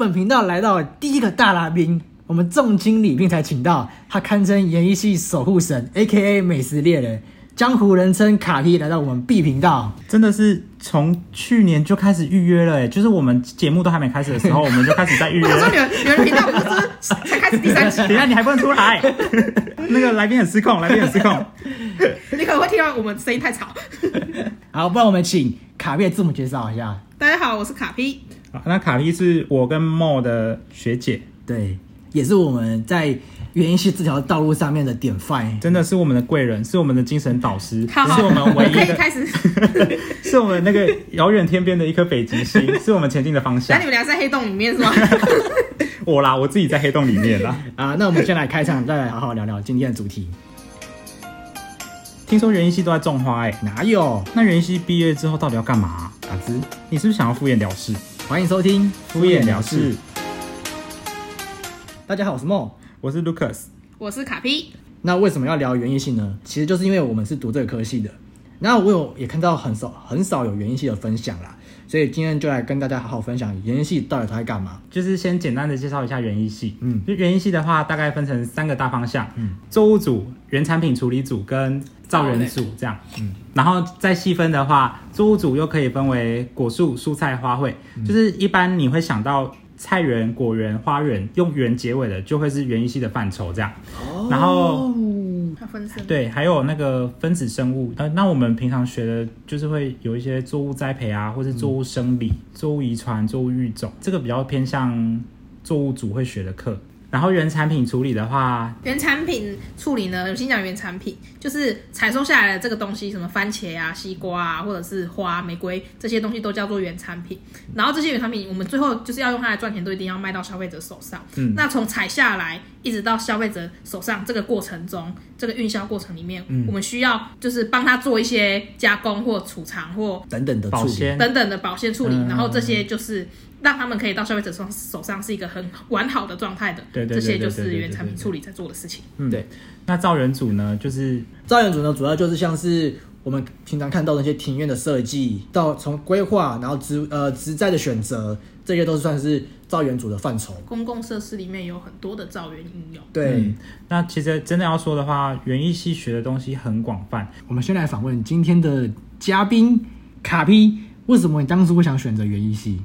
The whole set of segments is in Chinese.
本频道来到第一个大来宾，我们重金礼聘才请到，他堪称演艺系守护神，A.K.A 美食猎人，江湖人称卡皮，来到我们 B 频道。真的是从去年就开始预约了，哎，就是我们节目都还没开始的时 候，我们就开始在预约我。说你们你们频道不是才开始第三集 等一，下你还不能出来，那个来宾很失控，来宾很失控。你可能会听到我们声音太吵。好，不然我们请卡皮的字母介绍一下。大家好，我是卡 P，好那卡莉是我跟莫的学姐，对，也是我们在演艺系这条道路上面的典范。真的是我们的贵人，是我们的精神导师，好好，是我们唯一可以的，开 始。是我们那个遥远天边的一颗北极 星，是我们前进的方那向你。们俩在黑洞里面是吗？我啦，我自己在黑洞里面 啦。啊，那我们先来开场，再来好好聊聊今天的主题。听说园艺系都在种花、哎，哪有？那园艺系毕业之后到底要干嘛、啊打字。你是不是想要敷衍了事？欢迎收听敷衍了事。，大家好，我是梦。我是 Lucas，我是卡 P，那为什么要聊园艺系呢？其实就是因为我们是读这个科系的。那我有也看到很少很少有园艺系的分享啦，所以今天就来跟大家好好分享园艺系到底它在干嘛。就是先简单的介绍一下园艺系。嗯就园艺系的话，大概分成三个大方向，嗯，作物组、原产品处理组跟造人组这样。嗯，然后再细分的话，作物组又可以分为果树、蔬菜、花卉，就是一般你会想到。菜园、果园、花园，用园结尾的就会是园艺系的范畴这样。然后他分身。对，还有那个分子生物，呃，那我们平常学的就是会有一些作物栽培啊，或是作物生理、作物遗传、作物育种，这个比较偏向作物组会学的课。然后原产品处理的话，原产品处理呢，先讲原产品，就是采收下来的这个东西，什么番茄啊、西瓜啊，或者是花、玫瑰这些东西都叫做原产品。然后这些原产品，我们最后就是要用它来赚钱，都一定要卖到消费者手上。嗯那从采下来一直到消费者手上这个过程中，这个运销过程里面，嗯我们需要就是帮他做一些加工或储藏或等等的保处理，鲜等等的保鲜处理，嗯然后这些就是让他们可以到消费者手手上是一个很完好的状态的。对对对这些就对对是对原产品对对处理在做的事情。嗯，对。那造人组呢，就是造园组呢，主要就是像是我们平常看到的那些庭院的设计，到从规划，然后植呃植栽的选择，这些都算是造园组的范畴。公共设施里面有很多的造园应用。对，嗯那其实真的要说的话，园艺系学的东西很广泛。我们先来访问今天的嘉宾卡皮，为什么你当初会想选择园艺系？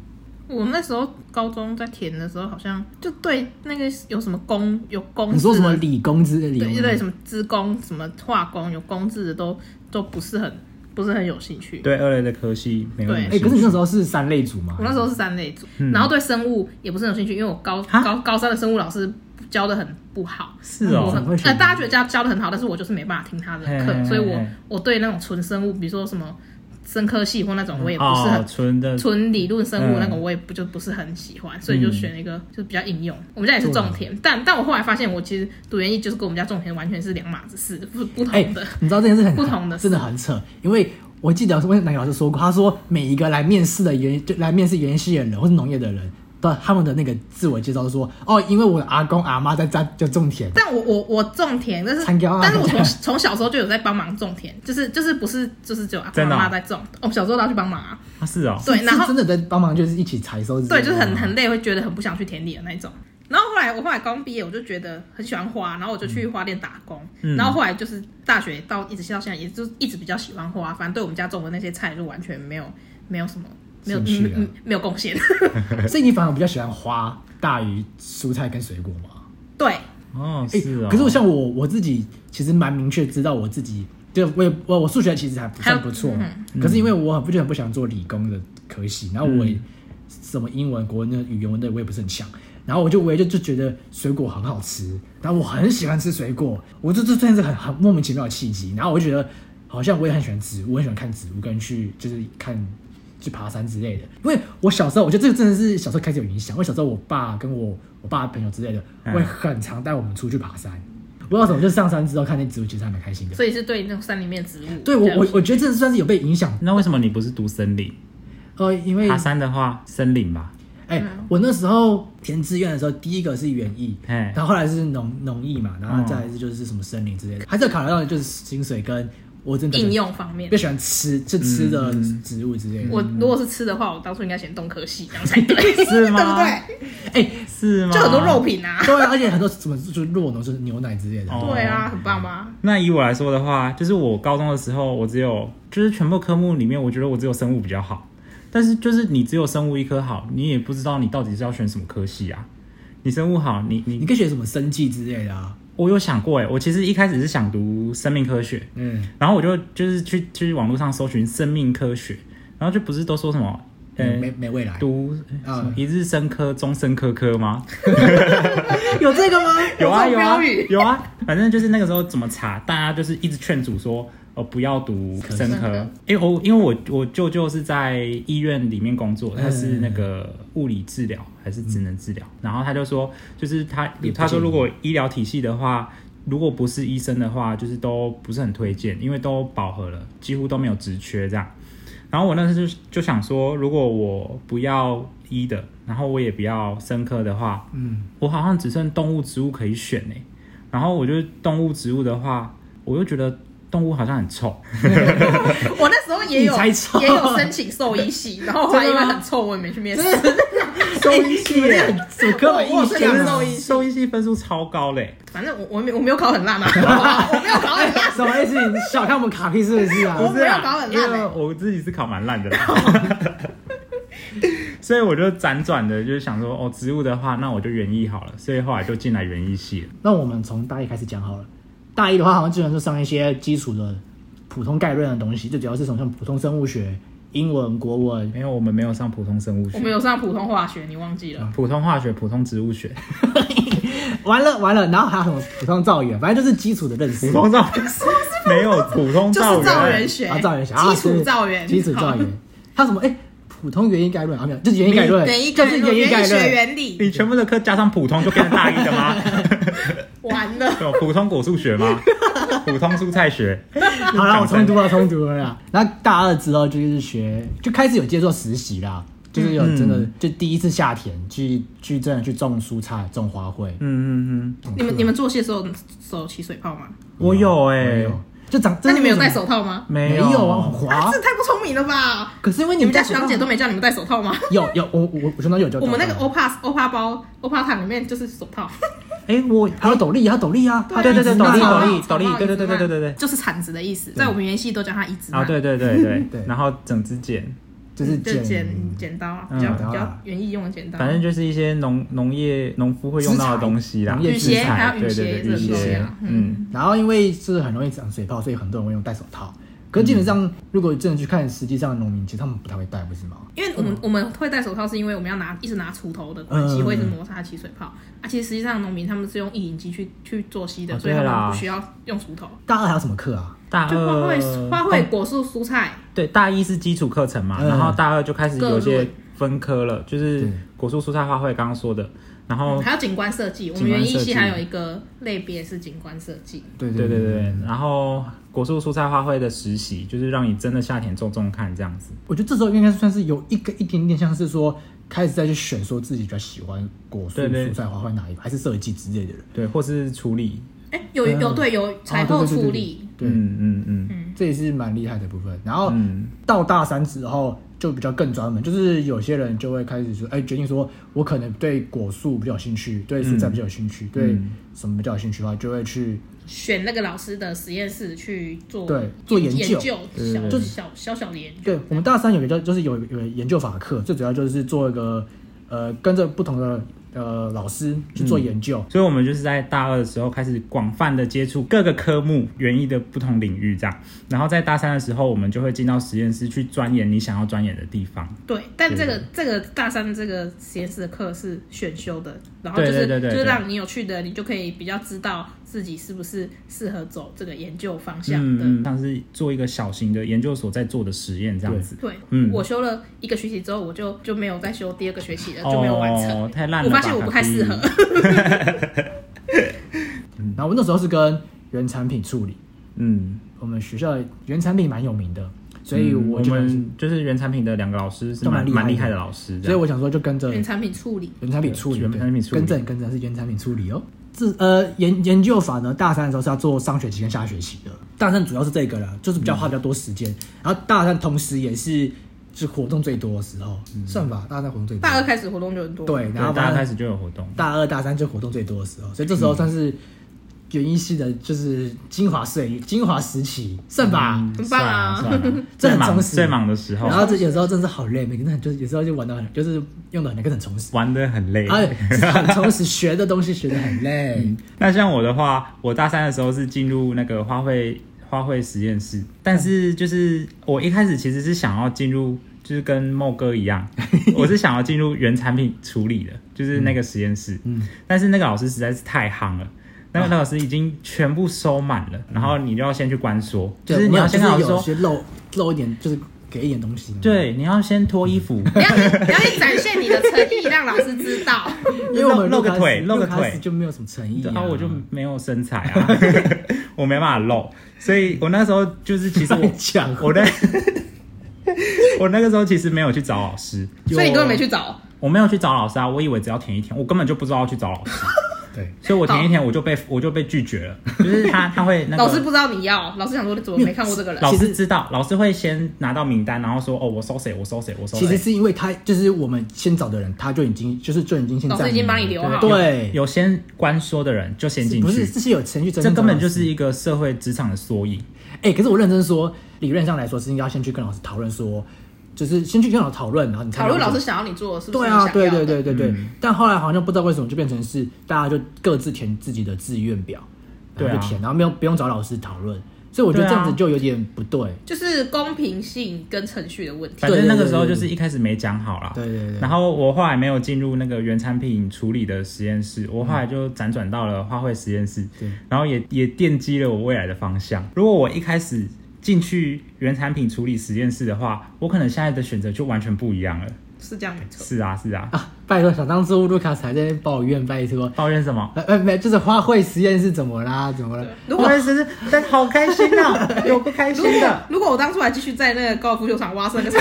我那时候高中在填的时候，好像就对那个有什么工有工你字说的什么理工之理哦对工？对什么资工、什么化工有工字的都都不是很不是很有兴趣。对二类的科系没有对什么哎、兴趣可是你那时候是三类组吗？我那时候是三类组，嗯然后对生物也不是很有兴趣，因为我高哈高高三的生物老师教的很不好。是我哦嗯，很会选呃，大家觉得教教的很好，但是我就是没办法听他的嘿嘿课，所以我嘿我对那种纯生物，比如说什么生科系或那种，我也不是很哦，纯的纯理论生物嗯那个我也不就不是很喜欢，所以嗯就选了一个就是比较应用。我们家也是种啊田，但但我后来发现，我其实读园艺就是跟我们家种田完全是两码子事，不不哎、同的。你知道这件事很不同的事真的很扯，因为我记得我哪个老师说过，他说每一个来面试的原就来面试原系的人或是农业的人，都他们的那个自我介绍说，哦，因为我的阿公阿妈在家就种田，但我我我种田，但是参加啊但是我从从小时候就有在帮忙种田，就是就是不是就是只有阿公真的哦阿妈啊在种，我、小时候都要去帮忙啊，啊是哦，对是然后是真的在帮忙，就是一起采收之类对，的，就是很很累，会觉得很不想去田里的那一种。然后后来我后来刚毕业，我就觉得很喜欢花，然后我就去花店打工。嗯然后后来就是大学到一直到现在，也就一直比较喜欢花，反正对我们家种的那些菜就完全没有没有什么没有、兴趣啊嗯嗯没有贡献。 所以你反而比较喜欢花大于蔬菜跟水果吗？对，哦哎是哦。可是我像我我自己，其实蛮明确知道我自己，就我也我我数学其实还不算不错，还有可是因为我很不就很不想做理工的科系，然后我也、嗯什么英文、国文的语言文的我也不是很强，然后我就我也就就觉得水果很好吃，然后我很喜欢吃水果，我这这真的是很很莫名其妙的契机，然后我就觉得好像我也很喜欢植物，我很喜欢看植物跟去就是看。去爬山之类的，因为我小时候，我觉得这个真的是小时候开始有影响。因为小时候我爸跟我我爸的朋友之类的，嗯会很常带我们出去爬山。我不知道怎么，就是上山之后看那植物，其实还蛮开心的。所以是对那种山里面的植物。对我我我觉得这算是有被影响。那为什么你不是读森林？呃，因为爬山的话，森林吧，哎、我那时候填志愿的时候，第一个是园艺，哎然后后来是农农艺嘛，然后再来是就是什么森林之类的，还是有考虑到就是薪水跟我真的应用方面比较。喜欢吃就吃的植物之类的。我如果是吃的话，我当初应该选动科系，这样才 对，是吗对不对？哎、是吗？就很多肉。品啊，对啊，而且很多什么就是肉农就是牛奶之类的。哦对啊，很棒吗？那以我来说的话，就是我高中的时候，我只有就是全部科目里面，我觉得我只有生物比较好。但是就是你只有生物一科好，你也不知道你到底是要选什么科系啊。你生物好，你你你可以学什么生计之类的啊。我有想过哎、我其实一开始是想读生命科学，嗯，然后我就就是去去网络上搜寻生命科学，然后就不是都说什么呃、没没未来。读啊什么一日生科、终身科科吗？有这个吗？ 有啊有这有种啊标语有啊，反正就是那个时候怎么查，大家就是一直劝阻说，呃，不要读生生科科，因为我因为我我舅舅是在医院里面工作，他是嗯那个物理治疗还是职能治疗，然后他就说，就是他也不他建说议如果医疗体系的话。如果不是医生的话，就是都不是很推荐，因为都饱和了，几乎都没有职缺这样。然后我那时候就就想说，如果我不要医的，然后我也不要生科的话，嗯，我好像只剩动物、植物可以选呢、然后我就动物、植物的话，我又觉得动物好像很 臭，我那时候也有你才臭也有申请兽医系，然后后来因为很臭，我也没去面试。兽医系耶，怎么刻板我印是象啊养兽？医兽医系分数超高嘞、反正我我没我没有考很 烂嘛，我没有考很烂， 什么意思？你小看我们卡片是不是啊？ 我不是啊没有考很因烂欸为我自己是考蛮烂的啦。 所以我就辗转的，就是想说，哦，植物的话，那我就园艺好了。所以后来就进来园艺系了。那我们从大一开始讲好了。大一的话，好像基本上就上一些基础的普通概论的东西，最主要是从像普通生物学、英文、国文， 没有，我们没有上普通生物我学，们有上普通化学，你忘记了？普通化学、普通植物学、完了完了，然后还有什么普通造语，反正就是基础的认识。普通造，没有普通就是造人人。学，啊，造园学，啊基础造园，是基础造 园。他什么？哎，普通原因概论啊，没有，就是原因好，概论，园艺就概是论，原因概园艺学论。原理，你全部的课加上普通就变成大一的 吗？完了，有普通果树学吗？普通蔬菜学。 好了，我重读了，重读了啦。然后大二之后就是学，就开始有接触实习啦，就是有真嗯的，就第一次夏天去去真的去种蔬菜、种花卉。嗯嗯嗯， 你们你们做戏的时候手起水泡吗？我有哎、没有，就长。那你们有戴带？手套吗？没没有有啊，很啊，滑这。太不聪明了吧！可是因为你们家戴学长姐手都没叫你们戴手套吗？套有有，我我我相当有教。我们那个哦 OPA OPA 包 OPA 糖里面就是手套，哎、我还有斗笠，还有斗笠啊，对还有一对对直斗笠拿斗笠手套斗笠对对对对对对对就是铲子的意思，在我们原系都叫它一直啊，对对对对对然后整指剪，就是就剪剪剪刀啊，嗯比较比剪刀较啊园艺用的剪刀，反正就是一些农农业农夫会用到的东西啦农，业雨鞋资产还有雨对鞋对也对，是雨很重鞋要，，嗯，嗯，然后因为是很容易长水泡，所以很多人会用戴手套。可是基本上，嗯如果真的去看，实际上的农民其实他们不太会戴，不是吗？因为我们我们会戴手套，是因为我们要拿一直拿锄头的关系，嗯会一直摩擦起水泡。啊，其实实际上农民他们是用意引机去去做吸的，哦所以他对啦呃们不需要用锄头。大二还有什么课啊？大就花二哎卉、花卉、果树、蔬菜，对大一是基础课程嘛，嗯然后大二就开始有一各些路分科了，就是对果树、蔬菜、花卉，刚刚说的，然后还有景观设计。我们景观园艺设计系还有一个类别是景观设计。对对对对对，然后果树、蔬菜、花卉的实习，就是让你真的夏天种种看这样子。我觉得这时候应该算是有一个一点点像是说，开始再去选说自己比较喜欢果树、对对蔬菜、花卉哪一个，还是设计之类的人。对，或是处理，哎、有嗯有对有采购哦对对对处对理，对，嗯嗯嗯，这也是蛮厉害的部分。然后嗯到大三之后就比较更专门，就是有些人就会开始说，哎，决定说我可能对果树比较有兴趣，对蔬菜比较有兴嗯趣，对什么比较有兴趣的话，就会去选那个老师的实验室去做对做研研究对小对对小小小的研究。对，我们大三有个叫就是有有研究法课，最主要就是做一个呃跟着不同的呃老师去做嗯研究。所以我们就是在大二的时候开始广泛的接触各个科目、园艺的不同领域这样，然后在大三的时候，我们就会进到实验室去钻研你想要钻研的地方。对，但这对个这个大三这个实验室的课是选修的，然后就对是对对对就是对让你有去的，你就可以比较知道自己是不是适合走这个研究方向的。嗯嗯，像是做一个小型的研究所在做的实验这样子。对，嗯我修了一个学期之后，我就就没有再修第二个学期了，就没有完成。哦，太烂了我吧！嗯发现我不太适合卡，比。然后我那时候是跟原产品处理，嗯，我们学校原产品蛮有名的，所以嗯我我就、们就是原产品的两个老师是都蛮蛮厉害蛮厉的害的老师这所以样，我想说就跟着原产品处理，原产品处理，原对产品处理跟正跟正是原产品处理哦。自呃研研究法呢，大三的时候是要做上学期跟下学期的，大三主要是这个啦，就是比较花比较多时间，嗯然后大三同时也是是活动最多的时候，算吧，大三活动最多。大二开始活动就很多，对，然后嗯反大嗯家正开始就有活动，大二大三就活动最多的时候，所以这时候算是园艺系的，就是精华岁月、精华时期，算吧。嗯很棒啊算了算了这最很忙充实最忙的时候然，后这有时候真的是好累，每个人就是有时候就玩的很，就是用的很累，跟很充实。玩的很累。啊，很充实，学的东西学的很累。那像我的话，我大三的时候是进入那个花卉花卉实验室，但是就是我一开始其实是想要进入，就是跟莫哥 一样，我是想要进入原产品处理的，就是那个实验室。嗯，啊但是那个老师实在是太夯了。那个老师已经全部收满了，然后你就要先去关说，就对是你要先跟我老们师有说，些漏漏一点，就是给一点东西。，对，你要先脱 衣服，你要你要去展现你的诚意，让老师 知道。因为我们露露个开始腿露个开始腿就没有什么诚意然啊。后我就没有身材啊， 我没办法露，所以我那时候就是其实 我 讲我那我那个时候其实没有去找老师，所以你根本没去找，我没有去找老师啊，我以为只要填一天，我根本就不知道要去找老师，对，所以我填一天我就被我就被拒绝了，就是他他会那个老师不知道你要，老师想说你怎么没看过这个人？老其师实知道，老师会先拿到名单，然后说哦我收谁我收谁我收其实谁，是因为他就是我们先找的人，他就已经就是就已经先老占师已经领帮你了留好，对，有先关说的人就先啊是进不是去，这些有程序，这根本就是一个社会职场的缩影。哎、可是我认真说，理论上来说是应该要先去跟老师讨论说，就是先去跟老师讨论，然后你才讨论了解老师想要你做的是不是对你啊，想要的？对对对对对。嗯但后来好像不知道为什么就变成是大家就各自填自己的志愿表，然后对啊就填，然后没有不用找老师讨论，所以我觉得对啊这样子就有点不对。就是公平性跟程序的问题。反正那个时候就是一开始没讲好啦。对对对然后我后来没有进入那个原产品处理的实验室，我后来就辗转到了花卉实验室，对然后也也奠基了我未来的方向。如果我一开始进去原产品处理实验室的话，我可能现在的选择就完全不一样了。是这样没错。是啊，是啊，啊，拜托，想当初卢卡斯还在那边抱怨，拜托，抱怨什么？呃呃，没，就是花卉实验室怎么啦？怎么了？如果花卉实验室，但好开心 啊，有不开如心果的。如果我当初还继续在那个高尔夫球场挖那 个草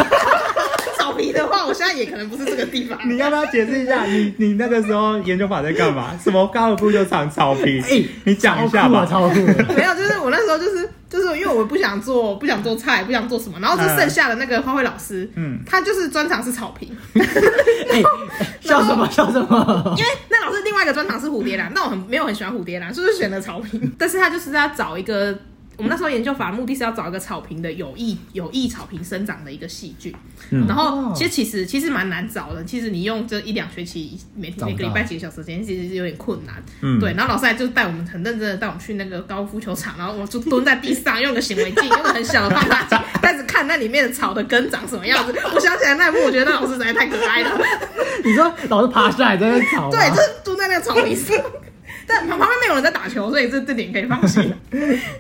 草皮的话，我现在也可能不是这个地方。你要不要解释一下，你你那个时候研究法在干嘛？什么高尔夫球场草皮？哎、你讲一下吧。超酷 的，超酷的没有，就是我那时候就是就是因为我不想做不想做菜，不想做什么，然后就剩下的那个花卉老师，嗯嗯，他就是专长是草坪，哎、笑什么笑什么？ 因为那老师另外一个专长是蝴蝶兰，那我很没有很喜欢蝴蝶兰，所以就选了草坪。 但是他就是要找一个，我们那时候研究法的目的是要找一个草坪的有益有益草坪生长的一个细菌。嗯然哦后其实其实其实蛮难找的，其实你用这一两学期每找天不每到个礼拜几个小时的时间，其实是有点困难。嗯对，然后老师还就带我们很认真的带我们去那个高尔夫球场，然后我就蹲在地上，用个显微镜，用个很小的放大镜，开始看那里面的草的根长什么样子。我想起来那一幕，我觉得那老师实在太可爱了。你说老是爬下来在那吵吗？对，就是蹲在那个草 坪上。但旁旁边没有人在打球，所以这这点可以放 心。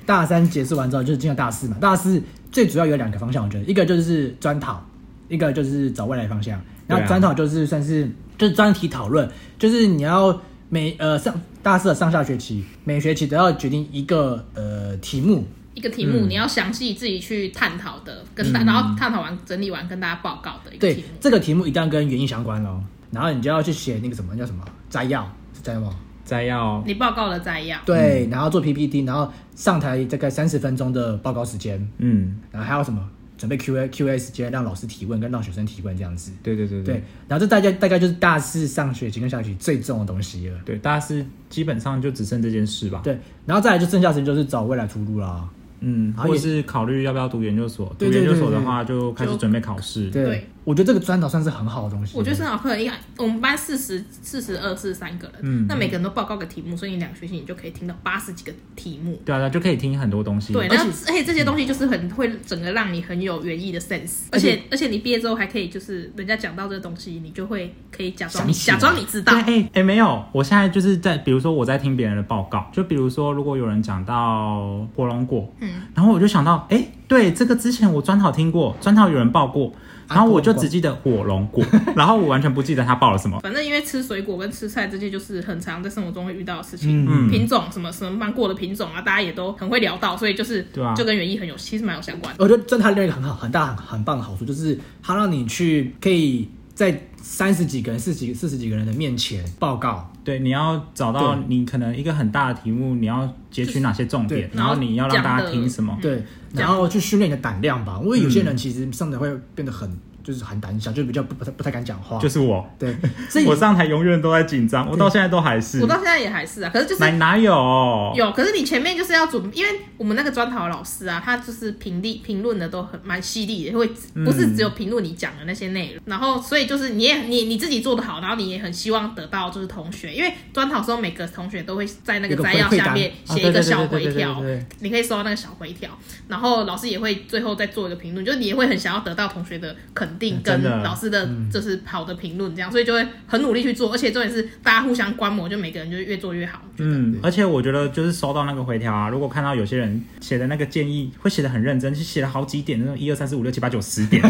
大三结束完之后就是进入大四嘛，大四最主要有两个方向，我觉得一个就是专讨，一个就是找未来方向。对啊然后专讨就是算是就是专题讨论，就是你要每呃上大四的上下学期，每学期都要决定一个呃题目，一个题嗯目，你要详细自己去探讨的，跟大、然后探讨完整理完跟大家报告的一个对题目。这个题目一定要跟原因相关喽，然后你就要去写那个什么叫什么摘要是摘要吗？摘要你报告了摘要，嗯对，然后做 PPT，然后上台大概三十分钟的报告时间，嗯，然后还有什么准备 Q A Q A 时间，让老师提问跟让学生提问这样子。对对对对，然后这大概大概就是大四上学期跟下学期最重的东西了。对，大家是基本上就只剩这件事吧。，对，然后再来就剩下时间就是找未来出路啦。嗯，然后也或是考虑要不要读研究所，读对对研对究所的话就开始准备考试。对，对我觉得这个专导算是很好的东西。我觉得生老课应该，我们班四十、四十二、四十三个人，嗯那每个人都报告个题目，所以你两个学期你就可以听到八十几个题目。对啊，对啊就可以听很多东嗯西。对，然后而且这些东西就是很会整个让你很有园艺的 sense，而而且且而且你毕业之后还可以就是人家讲到这个东西，你就会可以假装想起来假装你知道对，，哎、哎、没有，我现在就是在，比如说我在听别人的报告，就比如说如果有人讲到火龙果，嗯，然后我就想到，哎、对，这个之前我专讨听过，专讨有人报过，啊然后我就只记得火龙果， 然后我完全不记得他报了什么。反正因为吃水果跟吃菜这些就是很常在生活中会遇到的事情，嗯品种什么什么芒果的品种啊，大家也都很会聊到，所以就是对啊就跟园艺很有其实蛮有相关的。我觉得专它另外一个很好、很大、很很棒的好处就是，它让你去可以在三十几个人、四十几、四十几个人的面前报告，对，你要找到对你可能一个很大的题目，你要截取哪些重点，对然后你要让大然后家讲的听什么。对，这然样后去训练你的胆量吧。因为有些嗯人其实上台会变得很就是很胆小，就比较不不太不太敢讲哦话。就是我，对，所以我上台永远都在紧张，我到现在都还是我。到现在也还是啊，可是就是哪哪有？哦有，可是你前面就是要准，因为我们那个专讨老师啊，他就是评论评论的都很蛮犀利的，会不嗯是只有评论你讲的那些内容，然后所以就是你也你你自己做的好，然后你也很希望得到就是同学，因为专讨时候每个同学都会在那个有个摘要回馈下单面啊写一对对个对对小回对对条对对对，你可以收到那个小回条，然后老师也会最后再做一个评论，就是你也会很想要得到同学的肯定嗯真跟的嗯老师的就是好的评论这样，所以就会很努力去做，而且重点是大家互相观摩，就每个人就是越做越好。嗯，而且我觉得就是收到那个回条啊，如果看到有些人写的那个建议，会写的很认真，就写了好几点，那种一二三四五六七八九十 点，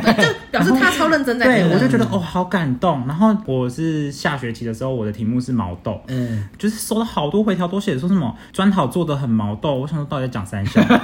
表示他超认真在哎对听的。我就觉得哦好感动。然后我是下学期的时候，我的题目是毛豆，嗯，就是收到好多回条，都写说什么专讨做的很毛豆，我想说到底在讲三小，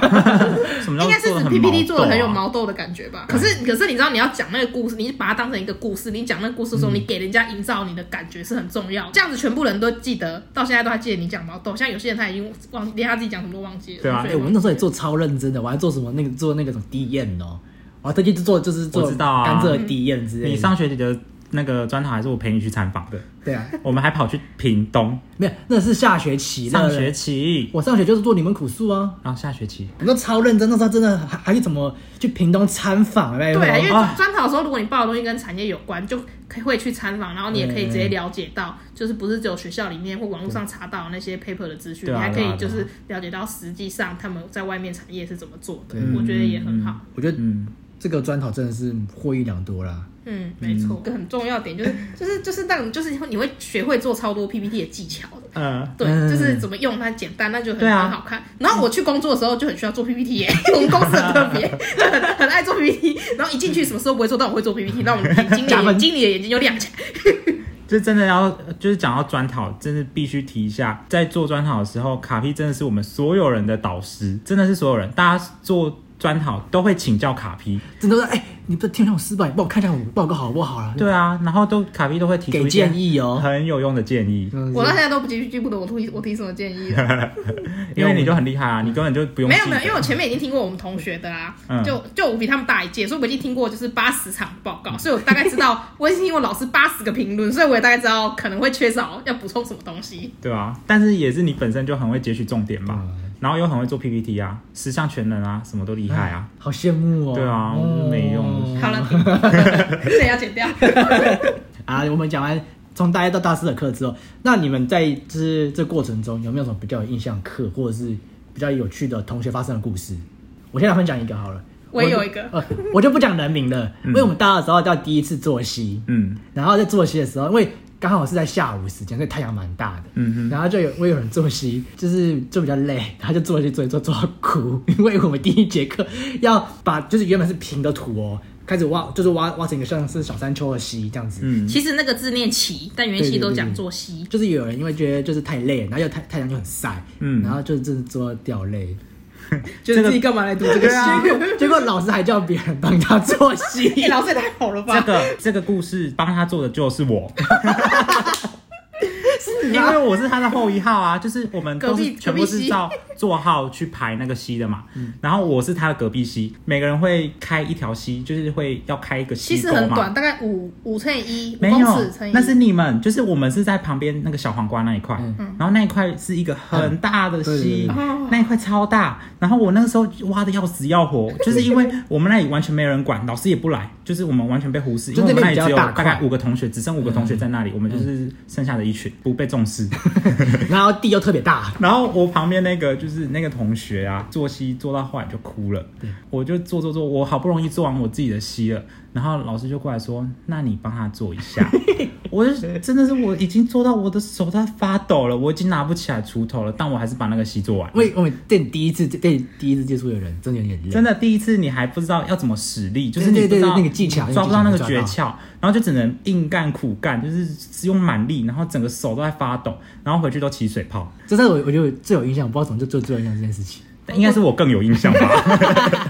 什么叫应该是做的指很毛 PPT 做的很有豆啊毛豆的感觉吧？可是可是你知道你要讲那个故事，你把它当成一个故事，你讲那个故事的时候，你给人家营造你的感觉是很重要。这样子全部人都记得，到现在都还记得你讲毛豆。像有些人他已经忘，连他自己讲什么都忘记了。对啊哎、所以我们那时候也做超认真的，我还做什么那个做那个什么滴验哦，我还特地做就是做我知道啊甘蔗滴验之类的。你上学期的那个专讨还是我陪你去参访的，对啊，我们还跑去屏东没有，那是下学期。那上学期，我上学就是做你们苦素啊，然后下学期。我们都超认真，那时候真的还还去怎么去屏东参访，对对啊，因为啊专讨的时候，如果你报的东西跟产业有关，就可以会去参访，然后你也可以直接了解到，就是不是只有学校里面或网络上查到那些 paper 的资讯，对你啊还可对以啊对就啊是了解到实际上他们在外面产业是怎么做的对，我觉得也很好。我觉得嗯，这个专讨真的是获益良多啦。嗯，没错，一个很重要的点就是 就是就是让你就是你会学会做超多 PPT 的技巧的。呃，对，嗯就是怎么用它简单，那就很、对啊很好看。然后我去工作的时候就很需要做 PPT，耶、我们公司很特 别，很很爱做 PPT。然后一进去什么时候不会做，但我会做 PPT，那我们 经加理分经理的眼睛就亮起来。就真的要，就是讲到专讨，真的必须提一下，在做专讨的时候，卡皮真的是我们所有人的导师，真的是所有人，大家做专讨都会请教卡皮，真的说，哎、你不听让我失败，你帮我看一下我报告好不好啊？对啊，然后都卡皮都会提出给一些建议哦。很有用的建议，我到现在都不记记不得我提我提什么建议了，因为你就很厉害啊，你根本就不用没有记没有，得因为我前面已经听过我们同学的啦，嗯就就我比他们大一届，所以我已经听过就是八十场报告，所以我大概知道 我已经听过老师八十个评论，所以我也大概知道可能会缺少要补充什么东西。对啊，但是也是你本身就很会截取重点吧，嗯然后又很会做 PPT 啊，十项全能啊，什么都厉哎害啊，好羡慕哦。对啊哦没用好了，停这也要剪掉。啊，我们讲完从大一到大四的课之后，那你们在就是这过程中有没有什么比较有印象课，或者是比较有趣的同学发生的故事？我先来分享一个好了。我也有一个呃，我就不讲人名了，因为我们大二的时候叫第一次作息，嗯然后在作息的时候，因为刚好是在下午时间，所以太阳蛮大的，嗯哼然后就有我有人作息，就是就比较累，然后就作息做一做做到哭， 因为我们第一节课要把就是原本是平的土哦，开始挖，就是挖挖成一个像是小山丘的溪这样子，嗯，其实那个字念齐，但元气都讲作息。就是有人因为觉得就是太累，然后又太太阳就很晒，嗯然后就真的做到掉 泪。就这是个自己干嘛来读这个对啊戏？ 结果老师还叫别人帮他做戏，哎、老师也太好了这吧！个这个故事帮他做的就是 我。因为我是他的后一号啊，就是我们都隔是壁全部隔是壁系照座号去排那个溪的嘛，嗯然后我是他的隔壁溪，每个人会开一条溪，就是会要开一个其溪实沟很嘛短，。大概五五乘以一，五没公有尺乘以，一。那是你们，就是我们是在旁边那个小黄瓜那一块，嗯然后那一块是一个很大的溪，嗯对对对那一块超大。然后我那个时候挖的要死要活，就是因为我们那里完全没人管，老师也不来，就是我们完全被忽视，因就为我那边们那里比较只有大大块嗯概五个同学，只剩五个同学在那里，我们就是剩下的一群不被重视。 然后地又特别大，然后我旁边那个就是那个同学啊，做息做到后来就哭了。我就做做做，我好不容易做完我自己的息了，然后老师就过来说：“那你帮他做一 下。”我就真的是我已经做到我的手在发抖了，我已经拿不起来锄头了，但我还是把那个息做完了因。为我们店第一次店第一次接触的人，真的有点累，真的第一次你还不知道要怎么使力，就是对你不对知对道那个技巧抓不到那个那个技巧诀窍，然后就只能硬干苦干，就是用蛮力，然后整个手都在发抖，然后回去都起水泡。这是我我就最有印象，我不知道怎么就最最有印象这件事情。但应该是我更有印象 吧？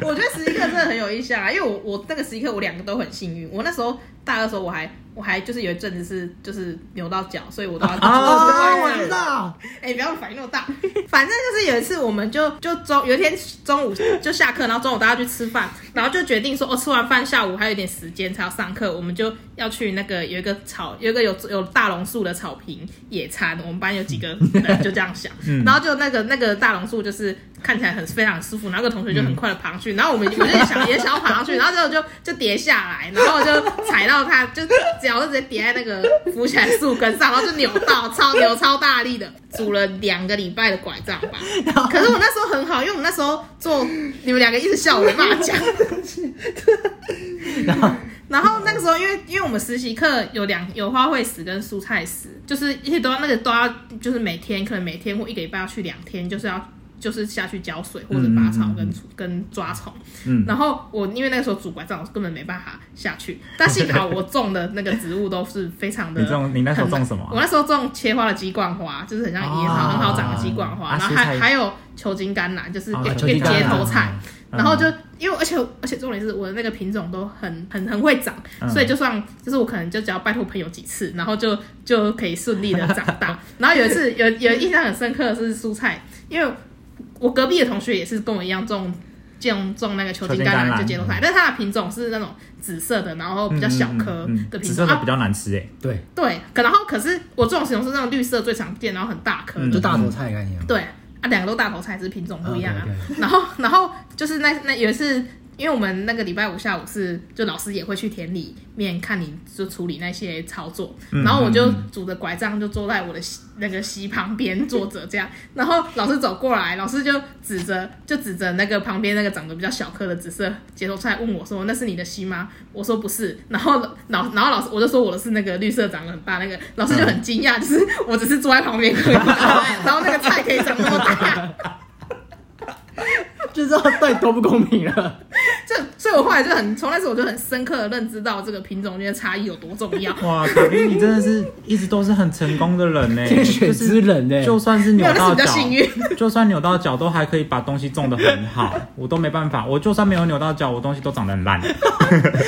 我觉得十一课真的很有印象啊，因为我我那个十一课我两个都很幸运。我那时候大二的时候我还我还就是有一阵子是就是扭到脚，所以我都哦要啊，就是我知道，哎、不要反应那么大。反正就是有一次，我们就就中有一天中午就下课，然后中午大家去吃饭，然后就决定说，哦，吃完饭下午还有一点时间才要上课，我们就要去那个有一个草，有一个有有大榕树的草坪野餐。我们班有几个人就这样想，然后就那个那个大榕树就是看起来很非常舒服，然后那个同学就很快的爬上去，然后我们我就想也想要爬上去，然后结果就就跌下来，然后就踩到它，就脚就直接跌在那个浮起来的树根上，然后就扭到超扭超大力的，拄了两个礼拜的拐杖吧。 可是我那时候很好，因为我们那时候做你们两个一直笑我没办法讲。 然后然后那个时候，因为因为我们实习课有两有花卉史跟蔬菜史，就是一些都要那个都要就是每天可能每天或一个礼拜要去两天，就是要就是下去浇水或者拔草跟、嗯跟抓虫。嗯然后我因为那个时候拄拐杖，我根本没办法下去，但幸好我种的那个植物都是非常的。你种你那时候种什么啊我那时候种切花的鸡冠花，就是很像野草、哦很好长的鸡冠花，啊然后蔬还菜还有球茎甘蓝，就是哦变球变茎甘街蓝头菜。嗯然后就因为而且而且重点是我的那个品种都很很很会长，嗯所以就算就是我可能就只要拜托朋友几次，然后就就可以顺利的长 大。然后有一次有有印象很深刻的是蔬菜，因为我隔壁的同学也是跟我一样种。种种那个球茎球茎甘橄榄蓝就接头菜，但是它的品种是那种紫色的，然后哦比较小颗嗯嗯嗯的紫品色种的啊比，较难吃哎，对，对，可然后可是我这种形容是那种绿色最常见，然后很大颗的，嗯就大头菜的概念啊，对啊，两个都大头菜，只是品种不一样啊。 OK，OK 然后然后就是那那有一次。因为我们那个礼拜五下午是，就老师也会去田里面看你就处理那些操作，嗯然后我嗯就拄着拐杖就坐在我的膝那个膝旁边坐着这样，然后老师走过来，老师就指着就指着那个旁边那个长得比较小颗的紫色结头菜问我说：“那是你的膝吗？”我说：“不是。”然后老然后老师我就说我的是那个绿色长得很大那个，老师就很惊讶，就是我只是坐在旁边 而已，然后那个菜可以长那么大。就知道对多不公平了。 这，所以我后来就很从那时候我就很深刻的认知到这个品种间的差异有多重要。哇，卡宾你真的是一直都是很成功的人呢，天选之人呢、就算是扭到没有那脚是比较 幸，就算扭到脚都还可以把东西种得很好，我都没办法。我就算没有扭到脚，我东西都长得很 烂。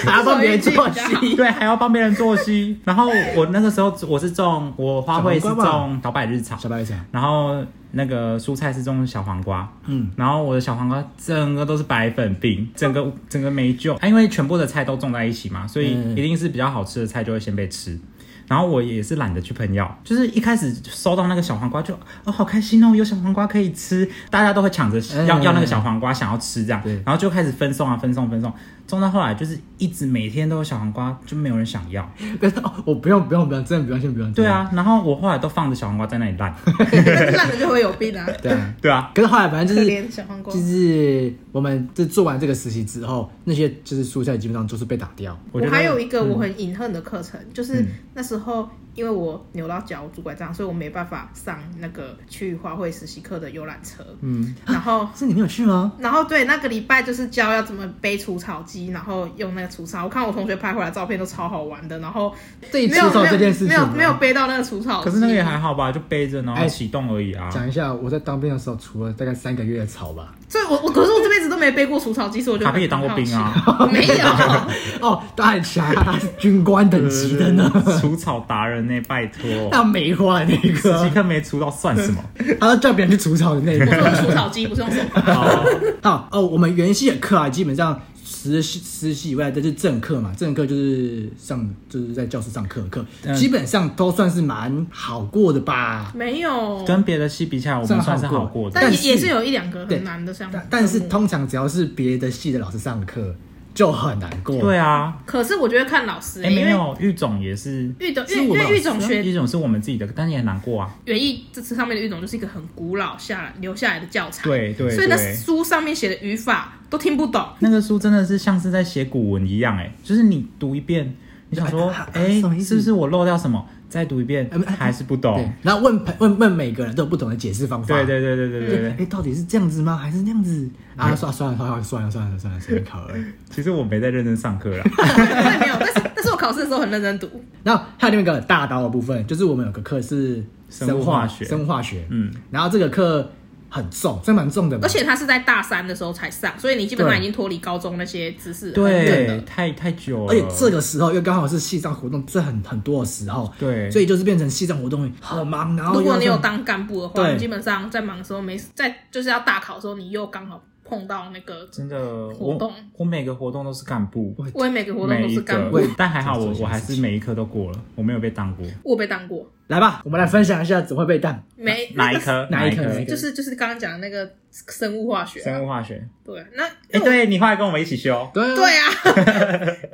还要帮别人做戏，对，还要帮别人做息。然后我那个时候我是种我花卉是小黄瓜吧种小百日草，小白讲，然后那个蔬菜是种小黄瓜，嗯，然后我的小黄瓜整个都是白粉病，整个整个没救。啊因为全部的菜都种在一起嘛，所以嗯一定是比较好吃的菜就会先被吃。然后我也是懒得去喷药，就是一开始收到那个小黄瓜就哦好开心哦，有小黄瓜可以吃，大家都会抢着要、嗯要那个小黄瓜，想要吃这样对，然后就开始分送啊分送分送，送到后来就是一直每天都有小黄瓜，就没有人想要。但是哦，我不用不用不用，真的不用先不用。对，啊，然后我后来都放着小黄瓜在那里烂。但是烂的就会有病 啊， 对啊。对啊，可是后来反正可就是怜小黄瓜就。是我们这做完这个实习之后，那些就是蔬菜基本上就是被打掉。我我觉得还有一个我很隐恨的课程，就是那时候因为我扭到脚，我拄拐杖，所以我没办法上那个去花卉实习课的游览车。嗯，然后 是你没有去吗？然后对，那个礼拜就是教要怎么背除草机，然后用那个除草。我看我同学拍回来的照片都超好玩的，然后对，没除有草没这有件事情没有没有背到那个除草机。可是那个也还好吧，就背着然后哎启动而已啊。讲一下，我在当兵的时候，除了大概三个月的草吧。 所以我我可是我这辈子都没背过除草机，所以我就卡比也当过兵啊很好奇，我没有。 哦，他很强，他是军官等级的呢。 除草达人呢、拜托，那梅花的那十七个，克没除到算什么？他要叫别人去除草的那我个。 说用除草机，不是用手。好，好哦，我们元系的课啊，基本上实习实习以外，这是正课嘛，正课就是上就是在教室上课的课，嗯基本上都算是蛮好过的吧。没有，跟别的系比起来，我们算是好过的。但但也是也是有一两个对很难的项目但。但是通常只要是别的系的老师上课，就很难过。对啊，可是我觉得看老师、哎、因没为有，玉总也是。育种，是因为我们因老师为育种学玉总是我们自己的，但也很难过啊。园艺这次上面的育种就是一个很古老下来留下来的教材，对对所以那对书上面写的语法都听不 懂。那个书真的是像是在写古文一样、哎，就是你读一遍，你想说，哎哎、什么意思是不是我漏掉什么？再读一遍哎哎还是不对懂。然后问朋问问每个人都有不同的解释方法。对对对对对对哎、对。到底是这样子吗？还是那样子？啊，算了算了算了算了算了算了，随便考而已。其实我没在认真上课啦。我也没有，但是但是我考试的时候很认真读，嗯然后还有另外一个大刀的部分，就是我们有个课是生物化学生物化学，嗯，然后这个课很重，这蛮重的吧。而且他是在大三的时候才上，所以你基本上对已经脱离高中那些知识了。真的对，太太久了，而且这个时候又刚好是西藏活动，这很很多的时候，对所以就是变成西藏活动很忙，然后又如果你要上有当干部的话，对你基本上在忙的时候没在，就是要大考的时候，你又刚好碰到那个。真的活动我我每个活动都是干部，我也每个活动都每一是干个部，，但还好做我这件我还事是情每一科都过了，我没有被当 过。我被当过，来吧，我们来分享一下怎么会被当。没哪一那个科？ 哪一一科哪一科 就是就是刚刚讲的那个生物化学啊、生物化学。对，那哎，因为我对你后来跟我们一起修，对对 啊，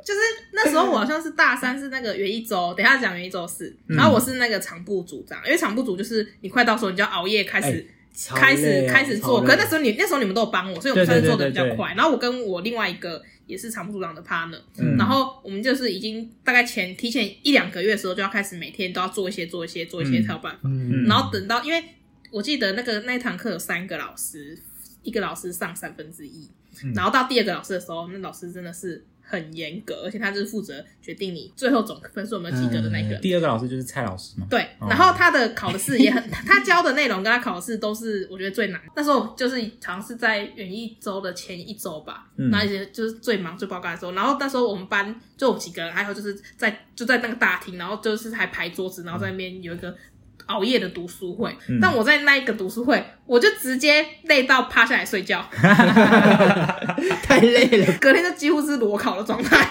就是那时候我好像是大三，是那个园艺周，等一下讲园艺周四，嗯然后我是那个场部组长，因为场部组就是你快到时候你就要熬夜开始、哎超累啊 开始哦开始做，超可累是那时候你那时候你们都有帮我，所以我们算是对对做的对比较对快。然后我跟我另外一个也是场部组长的 partner，、嗯然后我们就是已经大概前提前一两个月的时候就要开始每天都要做一些做一些做一些嗯才有办法。嗯，然后等到因为我记得那个那一堂课有三个老师，一个老师上三分之一，嗯然后到第二个老师的时候，那老师真的是很严格，而且他就是负责决定你最后总分数有没有及格的那个人。第二个老师就是蔡老师嘛。对，哦然后他的考的试也很， 他教的内容跟他考的试都是我觉得最难。那时候就是好像是在远一周的前一周吧，嗯那一些就是最忙最爆肝的时候。然后那时候我们班就有几个人，还有就是在就在那个大厅，然后就是还排桌子，然后在那边有一个。熬夜的读书会，嗯但我在那一个读书会，我就直接累到趴下来睡觉，嗯 太累了，隔天就几乎是裸考的状态。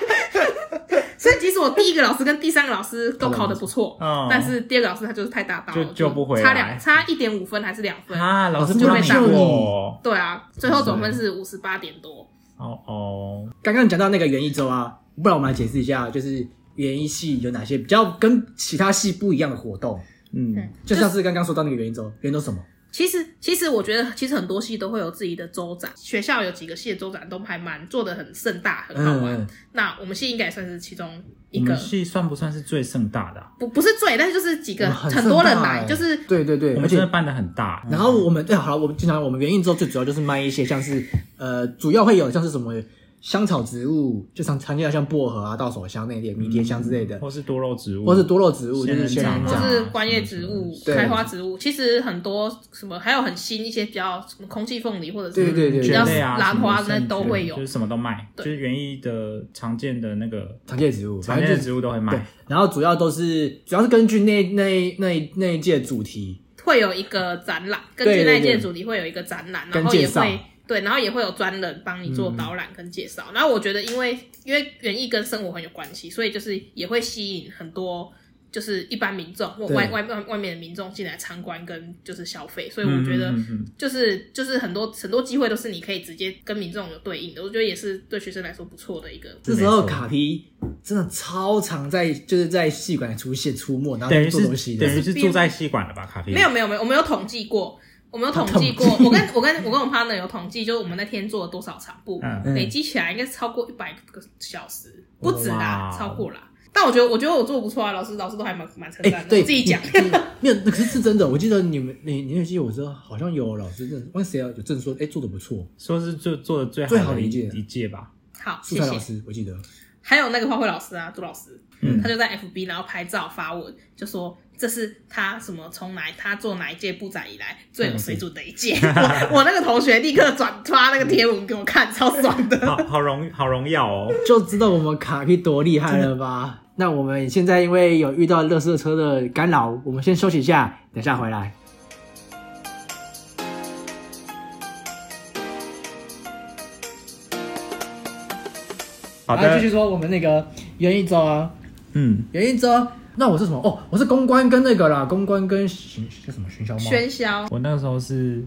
所以其实我第一个老师跟第三个老师都考得不错，嗯但是第二个老师他就是太大刀了，就救不回来差两差一点五分还是两分。啊，老师不就让被你打过。对啊，最后总分是五十八点多。哦哦，刚刚讲到那个园艺周啊，不然我们来解释一下，就是园艺系有哪些比较跟其他系不一样的活动？嗯嗯，就像是刚刚说到那个园艺周，园艺周什么？其实，其实我觉得，其实很多系都会有自己的州长，学校有几个系的州长都还蛮做的很盛大，很好玩。嗯那我们系应该也算是其中我一们个，系算不算是最盛大的啊？不不是最，但是就是几我个们很很多人盛大来，欸就是嗯对对对，我而们真的且办的很大。然后我们对好了，我们经常我们园艺周最主要就是卖一些像是呃，主要会有像是什么呃香草植物，就常常见的像薄荷啊、稻草香那类、迷迭香之类的，或是多肉植物，或是多肉植物，就仙是人仙人掌或掌啊。是观叶植物、对开花植物，其实很多什么，还有很新一些比较什么空气凤梨或者是对对对比蕨较类啊，兰花什么那都会有就是。什么都卖，就对是园艺的常见的那个常见植物，常见的植物都会对卖。，然后主要都是主要是根据那那那那一届主题，会有一个展览，根对据那对一届对主题会有一个展览，跟然后也介绍会对，然后也会有专人帮你嗯做导览跟介绍。然后我觉得，因为因为园艺跟生活很有关系，所以就是也会吸引很多就是一般民众或对外外外外面的民众进来参观跟就是消费，所以嗯我觉得。嗯嗯就是就是很多很多机会都是你可以直接跟民众有对应的，我觉得也是对学生来说不错的一个这时候没错卡皮真的超常在就是在戏馆出现出没，然后等于做东西是的等于是住在戏馆了吧？咖啡没有没有没有，我们有统计过，我们有统计过。我跟我跟我跟我 partner 有统计，就是我们那天做了多少场步，嗯累积起来应该超过一百个小时，不止啦哦哇，超过啦。但我觉得我觉得我做得不错啊，老师老师都还蛮蛮称哎、赞的。对，我自己讲，你，你没有，可是是真的。我记得你们，你你有记得我知道，好像有老师真的问谁啊有证说，哎、做的不错，说是做做的最最好好的一一届一届吧。好，素谢材老谢。师，我记得还有那个花卉老师啊，杜老师，嗯他就在 FB 然后拍照发文，就说这是他什么从哪他做哪一届部长以来最有水准的一届。嗯 我我那个同学立刻转发那个贴文给我看，超爽的。好好荣好荣耀哦！就知道我们卡皮多厉害了吧？那我们现在因为有遇到乐色车的干扰，我们先休息一下，等下回来。好来继续的，说我们那个园艺周啊，嗯，园艺周，那我是什么？哦，我是公关跟那个啦，公关跟行叫什么行销吗？喧嚣，我那个时候是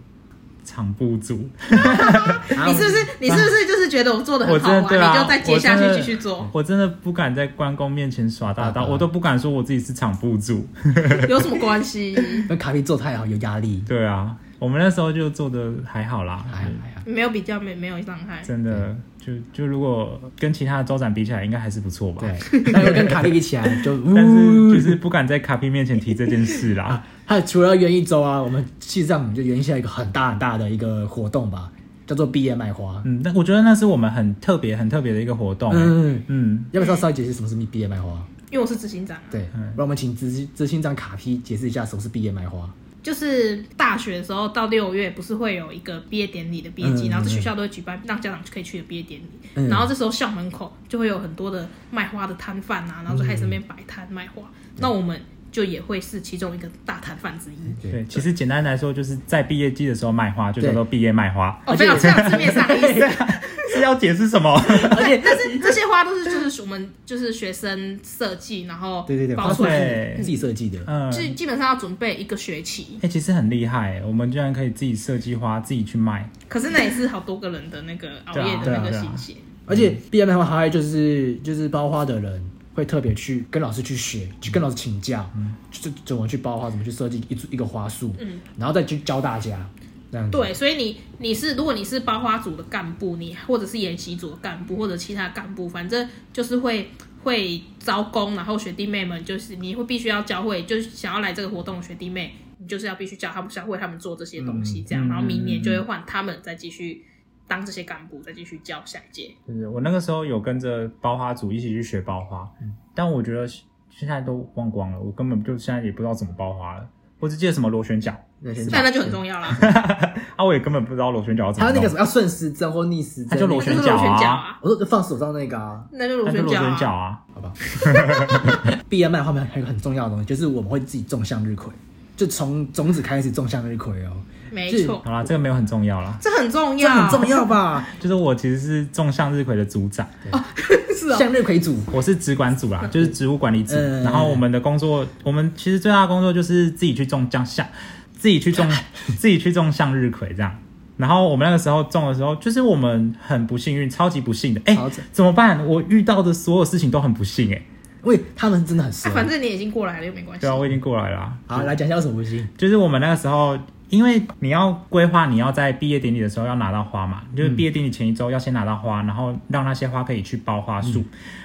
场部组，啊你是不是你是不是就是觉得我做的很好玩，我真的对啊你就再接下我真的去继续 做？我真的不敢在关公面前耍大刀，啊啊我都不敢说我自己是场部组。有什么关系？跟卡皮做太好有压力？对啊，我们那时候就做的还好啦，嗯哎呀哎呀，没有比较，没没有伤害。真的就就如果跟其他的州长比起来，应该还是不错吧。对，那又跟卡皮一起来就，但是就是不敢在卡皮面前提这件事啦。还有除了园艺周啊，我们西藏我们就原下一个很大很大的一个活动吧，叫做毕业卖花。嗯，那我觉得那是我们很特别、很特别的一个活动。嗯嗯，嗯，要不要稍微解释什么是毕业卖花？因为我是执行长啊，对，让我们请执执行长卡批解释一下什么是毕业卖花。就是大学的时候到六月，不是会有一个毕业典礼的毕业季，嗯然后这嗯学校都会举办让家长可以去的毕业典礼。嗯然后这时候校门口就会有很多的卖花的摊贩嗯啊，然后就在身边摆摊卖花。那我们就也会是其中一个大摊贩之一。嗯对，其实简单来说，就是在毕业季的时候卖花，就叫做毕业卖花。哦，非常非常字面上的意思。 是要解释什么？ 而且 但是这些花都是就是我们就是学生设计，然后对对对，花包束出是来，对自己设计的，嗯，就基本上要准备一个学期。哎、其实很厉害，我们居然可以自己设计花，自己去卖。可是那也是好多个人的那个熬啊夜的那个心血。而且毕业漫画还就是就是包花的人会特别去跟老师去学，去跟老师请教，就就怎么去包花，怎么去设计一株一个花束，嗯然后再去教大家这样子。对，所以你你是如果你是包花组的干部，你或者是研习组的干部，或者其他干部，反正就是会会招工，然后学弟妹们就是你会必须要教会，就是想要来这个活动的学弟妹，你就是要必须教他们教会他们做这些东西，这样，嗯然后明年就会换他们再继续当这些干部，再继续教下一届。就是我那个时候有跟着包花组一起去学包花，但我觉得现在都忘光了，我根本就现在也不知道怎么包花了。我只记得什么螺旋桨，那先讲，但那就很重 要啦，啊，我也根本不知道螺旋桨要怎还有么那弄。个什么要顺时针或逆时针，它就螺那就是旋角螺啊旋角啊，我说就放手上那个啊，那就螺那就旋螺角旋啊。角啊，好吧。毕业漫画面还有一个很重要的东西，就是我们会自己种向日葵，就从种子开始种向日葵哦，没是错，好啦，这个没有很重要啦。这很重这要，很重要 吧？就是我其实是种向日葵的组长，是哦。向日葵组，我是植管 组啦，就是植物管理组。嗯然后我们的工作，我们其实最大的工作就是自己去种将向，自己 去种，自己去种向日葵这样。然后我们那个时候种的时候，就是我们很不幸运，超级不幸的。哎、好惨怎么办？我遇到的所有事情都很不幸哎、喂，他们真的很熟啊，。反正你已经过来了，又没关系。对啊，我已经过来了啊、好，来讲一下为什么不行？就是我们那个时候，因为你要规划，你要在毕业典礼的时候要拿到花嘛，就是毕业典礼前一周要先拿到花，然后让那些花可以去包花束。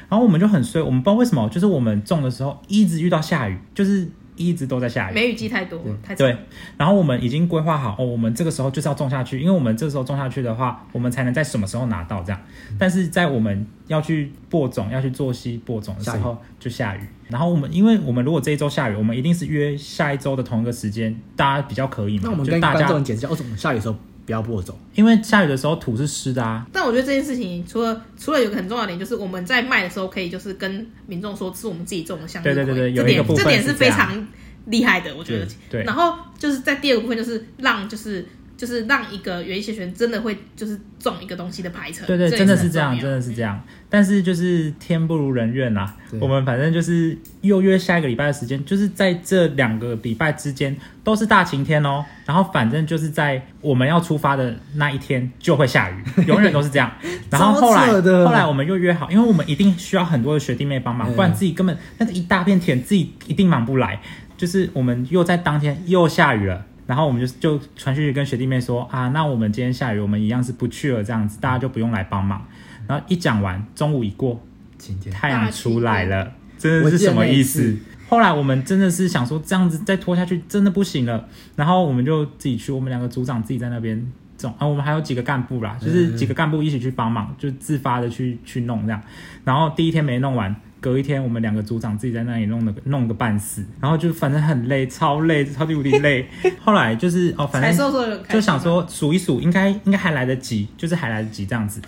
然后我们就很衰，我们不知道为什么，就是我们种的时候一直遇到下雨，就是一直都在下雨。梅雨季太多，太惨对，然后我们已经规划好哦，我们这个时候就是要种下去，因为我们这个时候种下去的话，我们才能在什么时候拿到这样。嗯但是在我们要去播种、要去做息播种的时候，就下雨。然后我们，因为我们如果这一周下雨，我们一定是约下一周的同一个时间，大家比较可以嘛。那我们就跟大观家，众解释一下，为什么下雨的时候不要播种？因为下雨的时候土是湿的啊，但我觉得这件事情，除了除了有个很重要的点，就是我们在卖的时候，可以就是跟民众说是我们自己种的香对对对对有这一个点部分这点是这非样常厉害的，我觉得对。对然后就是在第二个部分，就是让就是就是让一个园艺学员真的会就是种一个东西的排程，对对，这也真的是是这样，真的。的是这样。嗯但是就是天不如人愿啊对，我们反正就是又约下一个礼拜的时间，就是在这两个礼拜之间都是大晴天哦。然后反正就是在我们要出发的那一天就会下雨，永远都是 这样。然后后来超扯的后来我们又约好，因为我们一定需要很多的学弟妹帮忙，嗯不然自己根本那个一大片田自己一定忙不来。就是我们又在当天又下雨了。然后我们就就传讯息跟学弟妹说啊，那我们今天下雨，我们一样是不去了，这样子大家就不用来帮忙。然后一讲完，中午一过，请见。太阳出来了，真的是什么意我记得那思一次？后来我们真的是想说，这样子再拖下去真的不行了，然后我们就自己去，我们两个组长自己在那边种，啊，我们还有几个干部嗯啦，就是几个干部一起去帮忙，就自发的去去弄这样。然后第一天没弄完，隔一天我们两个组长自己在那里弄了个弄个半死，然后就反正很累，超累，超级无敌 累。后来就是哦，反采正收的时候很开心就吗想说数一数，应该应该还来得及，就是还来得及这样子。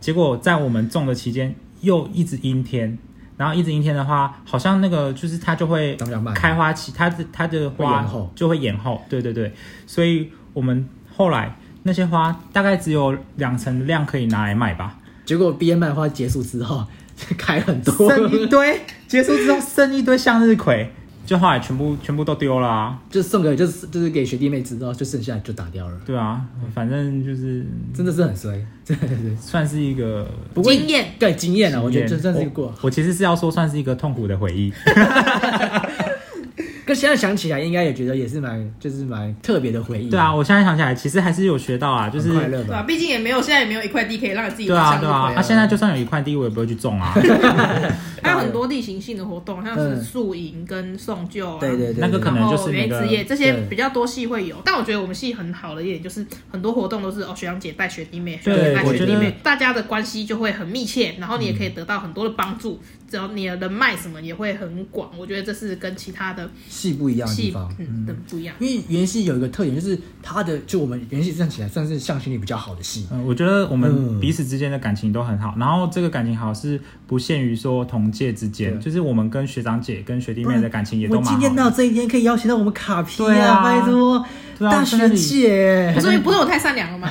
结果在我们种的期间又一直阴天，然后一直阴天的话，好像那个就是它就会长不长慢开花期，它的它的会花延后就会延后。对对对，所以我们后来那些花大概只有两成的量可以拿来卖吧，结果毕业漫画结束之后，就开很多，剩一堆，结束之后剩一堆向日葵，就后来全部全部都丢了啊。就送给就是就是给学弟妹知道，就剩下就打掉了，对啊，反正就是真的是很衰，真的是。算是一个不过经验对经验啊，我觉得这算是一个过我。我其实是要说，算是一个痛苦的回忆。可现在想起来，应该也觉得也是蛮就是蛮特别的回忆。对啊，，我现在想起来，其实还是有学到啊，就嗯是很快乐对吧？吧？毕竟也没有现在也没有一块地可以让你自己对啊，上对啊，啊啊，现在就算有一块地，我也不会去 种啊。还有很多例行性的活动，像是嗯宿营跟送旧啊，对对对对，那个可能然就后是园那艺个职业这些对比较多系会有，但我觉得我们系很好的一点就是很多活动都是哦学长姐带学弟妹，学对长姐带我学弟觉得妹，大家的关系就会很密切，然后你也可以得到很多的帮助，只要你的人脉什么也会很广。我觉得这是跟其他的系不一样的地系方。嗯的不一样。因为原系有一个特点，就是它的就我们原系算起来算是向心力比较好的系，嗯，我觉得我们嗯彼此之间的感情都很好，然后这个感情好是不限于说同届之间，对就是我们跟学长姐、跟学弟妹的感情也都我蛮今好天到的。这一天可以邀请到我们卡皮对啊拜托，对啊大学姐 不，是不是我太善良了吗？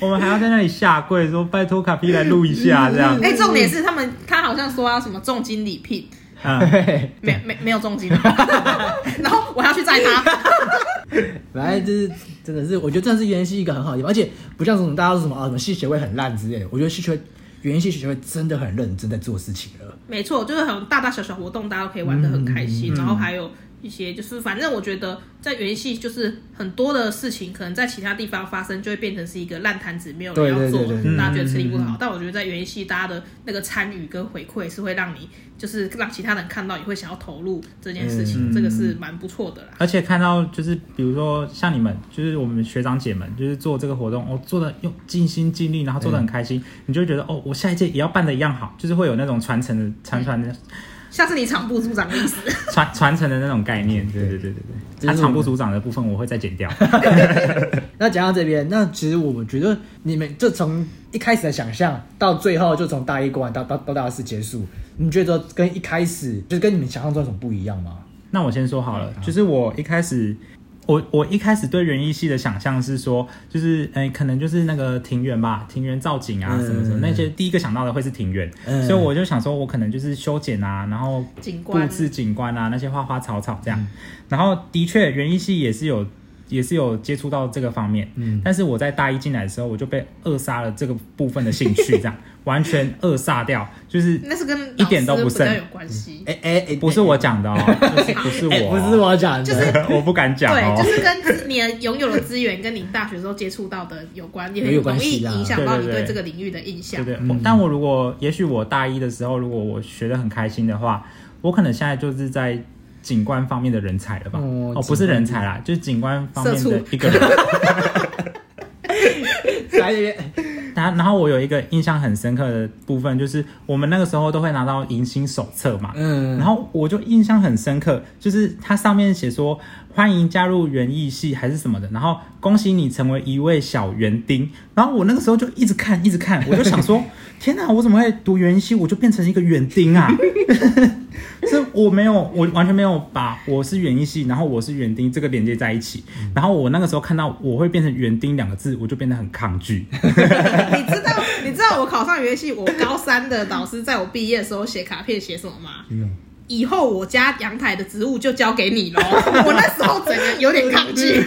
我们还要在那里下跪说拜托卡皮来录一嗯下这样。哎、重点是他们，他好像说要什么重金礼聘，嗯，对，没没没有重金， 然后我还要去载他，反正就是真的是，我觉得这是原系一个很好的地方，而且不像什么大家说什么啊什么系学会很烂之类的，啊我觉得系学会原系学会真的很认真在做事情了。没错，就是很大大小小活动，大家都可以玩的很开嗯心，然后还有。一些就是，反正我觉得在园艺系就是很多的事情，可能在其他地方发生，就会变成是一个烂摊子，没有人对要对做，对对对大家觉嗯得吃力不讨好。但我觉得在园艺系，大家的那个参与跟回馈是会让你，就是让其他人看到，也会想要投入这件事情，嗯这个是蛮不错的啦。而且看到就是比如说像你们，就是我们学长姐们，就是做这个活动，哦，做的用尽心尽力，然后做的很开心，你就会觉得哦，我下一届也要办的一样好，就是会有那种传承的传传的下次你场部组长的意思，传传承的那种概念。嗯对对对对对，这他是场我部们组长的部分我会再剪 掉。那讲到这边，那其实我觉得你们就从一开始的想象到最后，就从大一过完到到到大四结束，你觉得跟一开始就是跟你们想象中有什么不一样吗？那我先说好了，就是我一开始，我我一开始对园艺系的想象是说，就是嗯、呃可能就是那个庭园吧，庭园造景啊，嗯什么什么那些，第一个想到的会是庭园，嗯所以我就想说，我可能就是修剪啊，然后景布观置景观啊，那些花花草草这样。然后的确，园艺系也是有。也是有接触到这个方面，嗯，但是我在大一进来的时候，我就被扼杀了这个部分的兴趣，这样完全扼杀掉，就是那是跟一点都老不师比较剩有关系。哎哎哎，不是我讲的哦，就是不是哎，哎我，不是我讲的，就是 我不敢讲对，哦就。是跟资你的拥有的资源跟你大学时候接触到的有关，也也有很关容易系啦影响到你对对对对这个领域的印象对。对，我但我如果也许我大一的时候，如果我学的很开心的话，我可能现在就是在景观方面的人才了吧？哦哦，不是人才啦，就是景观方面的一个人。来这边，然后然后我有一个印象很深刻的部分，就是我们那个时候都会拿到迎新手册嘛，嗯然后我就印象很深刻，就是它上面写说欢迎加入园艺系还是什么的，然后恭喜你成为一位小园丁。然后我那个时候就一直看，一直看，我就想说，天哪，我怎么会读园艺系，我就变成一个园丁啊？ 所以我没有，我完全没有把我是园艺系，然后我是园丁这个连接在一起。然后我那个时候看到我会变成园丁两个字，我就变得很抗拒。 你知道你知道我考上园系，我高三的导师在我毕业的时候写卡片写什么吗？以后我家阳台的植物就交给你喽。 我那时候整个有点抗 拒，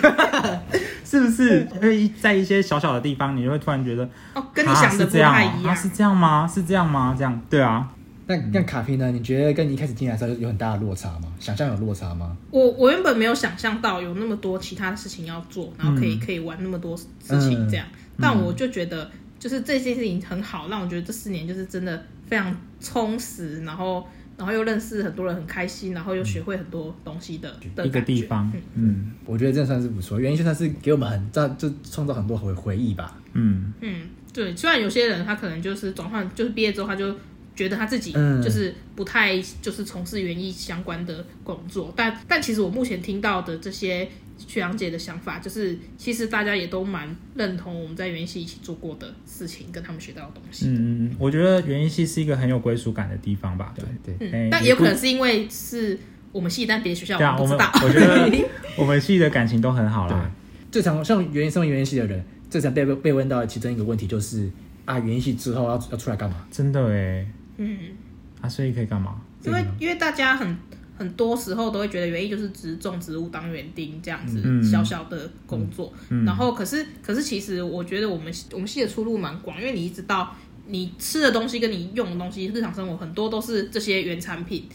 是不是？因为在一些小小的地方，你就会突然觉得，哦，跟你想的啊是不这样太啊一啊样。是这样吗？是这样吗？这样，对啊，那那卡皮呢？你觉得跟你一开始进来的时候有很大的落差吗？想象有落差吗？我我原本没有想象到有那么多其他的事情要做，然后可以、嗯可以玩那么多事情这样，但我就觉得就是这件事情很好，让我觉得这四年就是真的非常充实，然后然后又认识很多人，很开心，然后又学会很多东西的、的一个感觉地方，嗯我觉得这算是不错，原因就算是给我们很造，就创造很多回回忆吧。嗯，嗯，对，虽然有些人他可能就是转换，就是毕业之后他就觉得他自己嗯就是不太就是从事园艺相关的工作，但但其实我目前听到的这些学长姐的想法，就是其实大家也都蛮认同我们在园艺系一起做过的事情，跟他们学到的东西。嗯，嗯我觉得园艺系是一个很有归属感的地方吧。对对，嗯，哎但也有可不能是因为是我们系，但别的学校对啊，我我们们不知道。我觉得我们系的感情都很好啦。最常像原因身为原因系的人，最常被被问到的其中一个问题就是啊，原因系之后要要出来干嘛？真的哎，嗯，啊，所以可以干嘛？因为因为大家很很多时候都会觉得园艺就是只种植物当园丁这样子、嗯小小的工作，然后可是可是其实我觉得我们我们系的出路蛮广，因为你一直到你吃的东西跟你用的东西，日常生活很多都是这些原产品。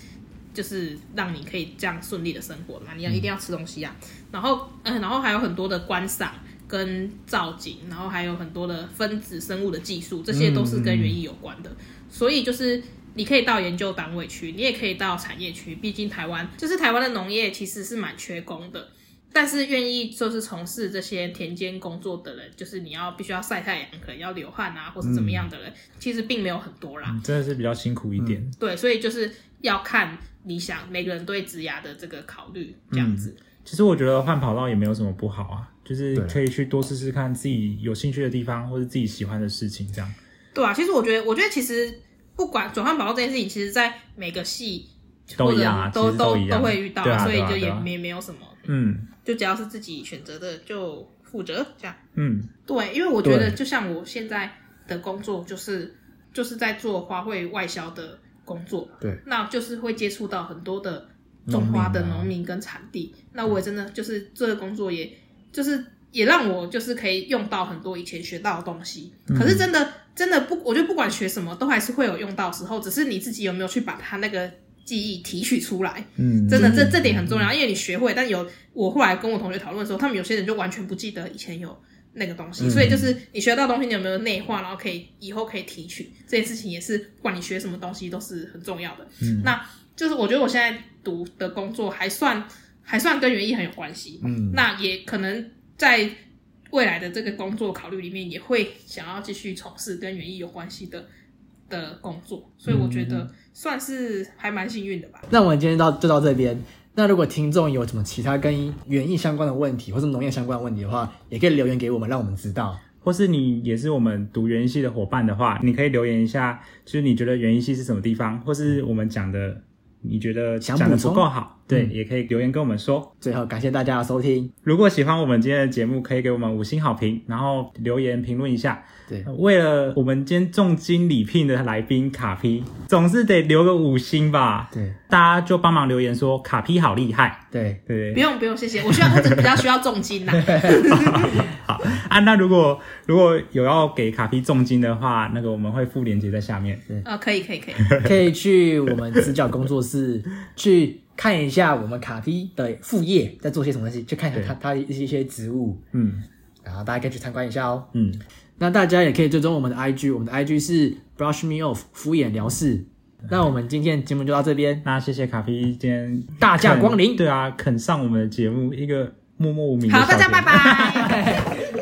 就是让你可以这样顺利的生活嘛，你要一定要吃东西啊，然后嗯、然后还有很多的观赏跟造景，然后还有很多的分子生物的技术，这些都是跟园艺有关的，所以就是你可以到研究单位去，你也可以到产业区，毕竟台湾就是台湾的农业其实是蛮缺工的。但是愿意就是从事这些田间工作的人，就是你要必须要晒太阳，可能要流汗啊，或是怎么样的人，其实并没有很多啦。嗯真的是比较辛苦一点。对，所以就是要看你想每个人对职涯的这个考虑这样子。其实我觉得换跑道也没有什么不好啊，就是对可以去多试试看自己有兴趣的地方，或者自己喜欢的事情，这样。对啊，其实我觉得，我觉得其实不管转换跑道这件事情，其实在每个系都一样啊或者其实都都一样都会遇到，对啊所以对啊就也对啊没没有什么，嗯就只要是自己选择的就负责这样。嗯，对，因为我觉得对就像我现在的工作，就是就是在做花卉外销的工作，对，那就是会接触到很多的种花的农民跟产地。那我也真的就是这个工作也，就是也让我就是可以用到很多以前学到的东西。可是真的真的不，我觉得不管学什么，都还是会有用到的时候，只是你自己有没有去把它那个记忆提取出来。嗯真的，这这点很重要，因为你学会，但有我后来跟我同学讨论的时候，他们有些人就完全不记得以前有那个东西，所以就是你学到东西，你有没有内化，然后可以以后可以提取这件事情，也是不管你学什么东西都是很重要的。嗯、那就是我觉得我现在读的工作还算还算跟园艺很有关系，嗯，那也可能在未来的这个工作考虑里面，也会想要继续从事跟园艺有关系的的工作，所以我觉得算是还蛮幸运的吧。那我们今天到就到这边。那如果听众有什么其他跟园艺相关的问题，或是农业相关的问题的话，也可以留言给我们，让我们知道。或是你也是我们读园艺系的伙伴的话，你可以留言一下，就是你觉得园艺系是什么地方，或是我们讲的你觉得想讲的补充不够好，对，嗯也可以留言跟我们说。最后，感谢大家的收听。如果喜欢我们今天的节目，可以给我们五星好评，然后留言评论一下。对，呃为了我们今天重金礼聘的来宾卡皮，总是得留个五星吧。对，大家就帮忙留言说卡皮好厉害，对，对不用不用，谢谢。我需要我只比较需要重金呐、好啊。那如果如果有要给卡皮重金的话，那个我们会附链接在下面。呃，可以可以可以，可以去我们直角工作室 去看一下我们卡皮的副业在做些什么东西，去看一下他他的一些植物，嗯然后大家可以去参观一下哦。嗯，那大家也可以追踪我们的 IG，我们的 IG 是 brush me off 敷衍了事。那我们今天的节目就到这边，那谢谢卡皮今天大驾光临肯对啊，肯上我们的节目，一个默默无名的好，小大家节目拜拜。